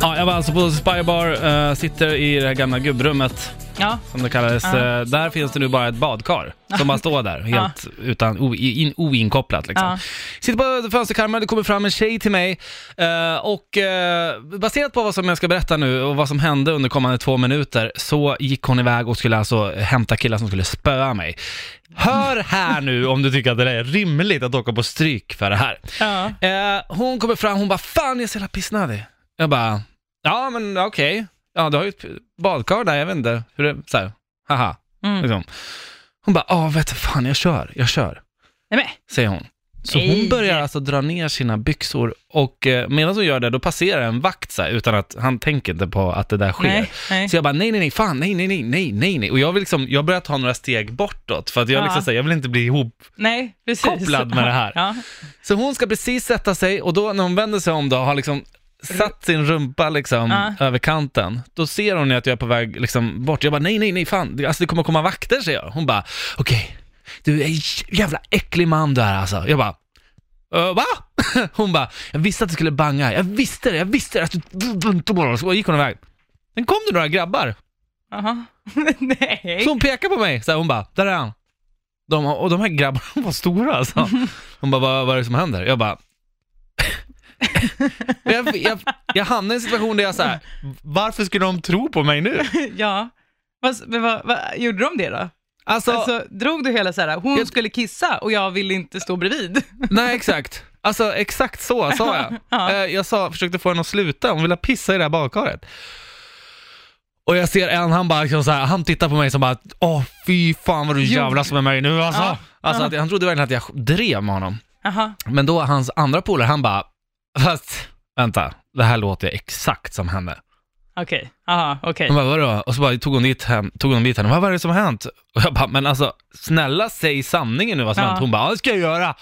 Ja, jag var alltså på Spybar, eh, sitter i det här gamla gubbrummet Ja. som det kallades. Ja. Eh, där finns det nu bara ett badkar som bara står där, helt utan, o, in, oinkopplat liksom. Ja. Sitter på fönsterkarmen, det kommer fram en tjej till mig eh, och eh, baserat på vad som jag ska berätta nu och vad som hände under kommande två minuter så gick hon iväg och skulle alltså hämta killar som skulle spöa mig. Hör här nu om du tycker att det är rimligt att åka på stryk för det här. Ja. Eh, hon kommer fram, hon bara “Fan, jag är så jävla pissnödig”. Jag bara “Ja, men okej. Ja, du har ju ett badkar där, jag vet inte hur det...” så här, Haha, Mm. liksom. Hon bara “Ja, vet du fan, jag kör, jag kör”, Nej, men. säger hon. Så Nej. hon börjar alltså dra ner sina byxor och eh, medan hon gör det, då passerar en vakt så här, utan att han tänker inte på att det där sker. Nej, nej. Så jag bara nej, nej, nej, fan, nej, nej, nej, nej, nej, nej. Och jag vill liksom, jag börjar ta några steg bortåt för att jag Ja. liksom säger, jag vill inte bli ihop nej, precis. kopplad med det här. Ja. så hon ska precis sätta sig och då när hon vänder sig om då har liksom satt sin rumpa liksom Ja. över kanten. Då ser hon att jag är på väg liksom bort. Jag bara nej, nej, nej, fan. Det- Alltså det kommer komma vakter säger jag. Hon bara okej, du är en jävla äcklig man du är alltså. Jag bara Uh, va? Hon bara, jag visste att du skulle banga, jag visste det, jag visste det. Att du... Så gick hon iväg. Sen kom det några grabbar Jaha. nej. så hon pekar på mig, så här, hon bara, där är han. De, och de här grabbarna var stora alltså. Hon bara, vad, vad är det som händer? Jag bara, jag, jag, jag hamnade i en situation där jag så här, varför skulle de tro på mig nu? Ja. Vad, men vad, vad, gjorde de det då? Alltså, Alltså, drog du hela så här, hon Jag- skulle kissa och jag ville inte stå bredvid? nej exakt. Alltså exakt så sa jag. Ja. Eh, Jag sa, försökte få henne att sluta, hon ville pissa i det här badkaret. Och jag ser en, han bara liksom så här, han tittar på mig som bara, åh fy fan vad du Jo. jävlas med mig nu alltså. Ja. Alltså att, han trodde verkligen att jag drev med honom. Jaha. Men då hans andra polare, han bara, fast vänta, det här låter exakt som henne. Okej. Jaha, okej. Hon bara, vadå? Och så bara, tog hon dit, hem, tog hon dit henne, vad var det som har hänt? Och jag bara, men alltså snälla säg sanningen nu vad som Ja. hänt. Hon bara, ja det ska jag göra.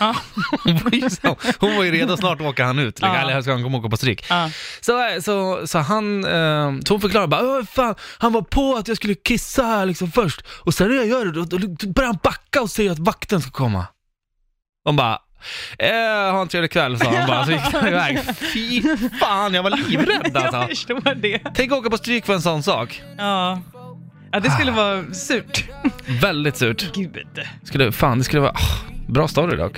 Ja. Hon var ju, så, hon var ju redo, snart åker han ut. Liksom. Ja. Eller ska han komma och åka på stryk. Ja. Så, så, så han, eh, så hon förklarade bara, "Åh, fan, han var på att jag skulle kissa här liksom först och sen när jag gör det, då, då, då börjar han backa och säger att vakten ska komma. Hon bara, eh, ha en trevlig kväll, sa hon bara, så gick hon iväg. Fy fan, jag var livrädd Jag alltså. förstår det. Tänk att åka på stryk för en sån sak. Ja. Ja, det Ah. skulle vara surt. Väldigt surt. Gud. Skulle, fan, det skulle vara, ah, bra story dock.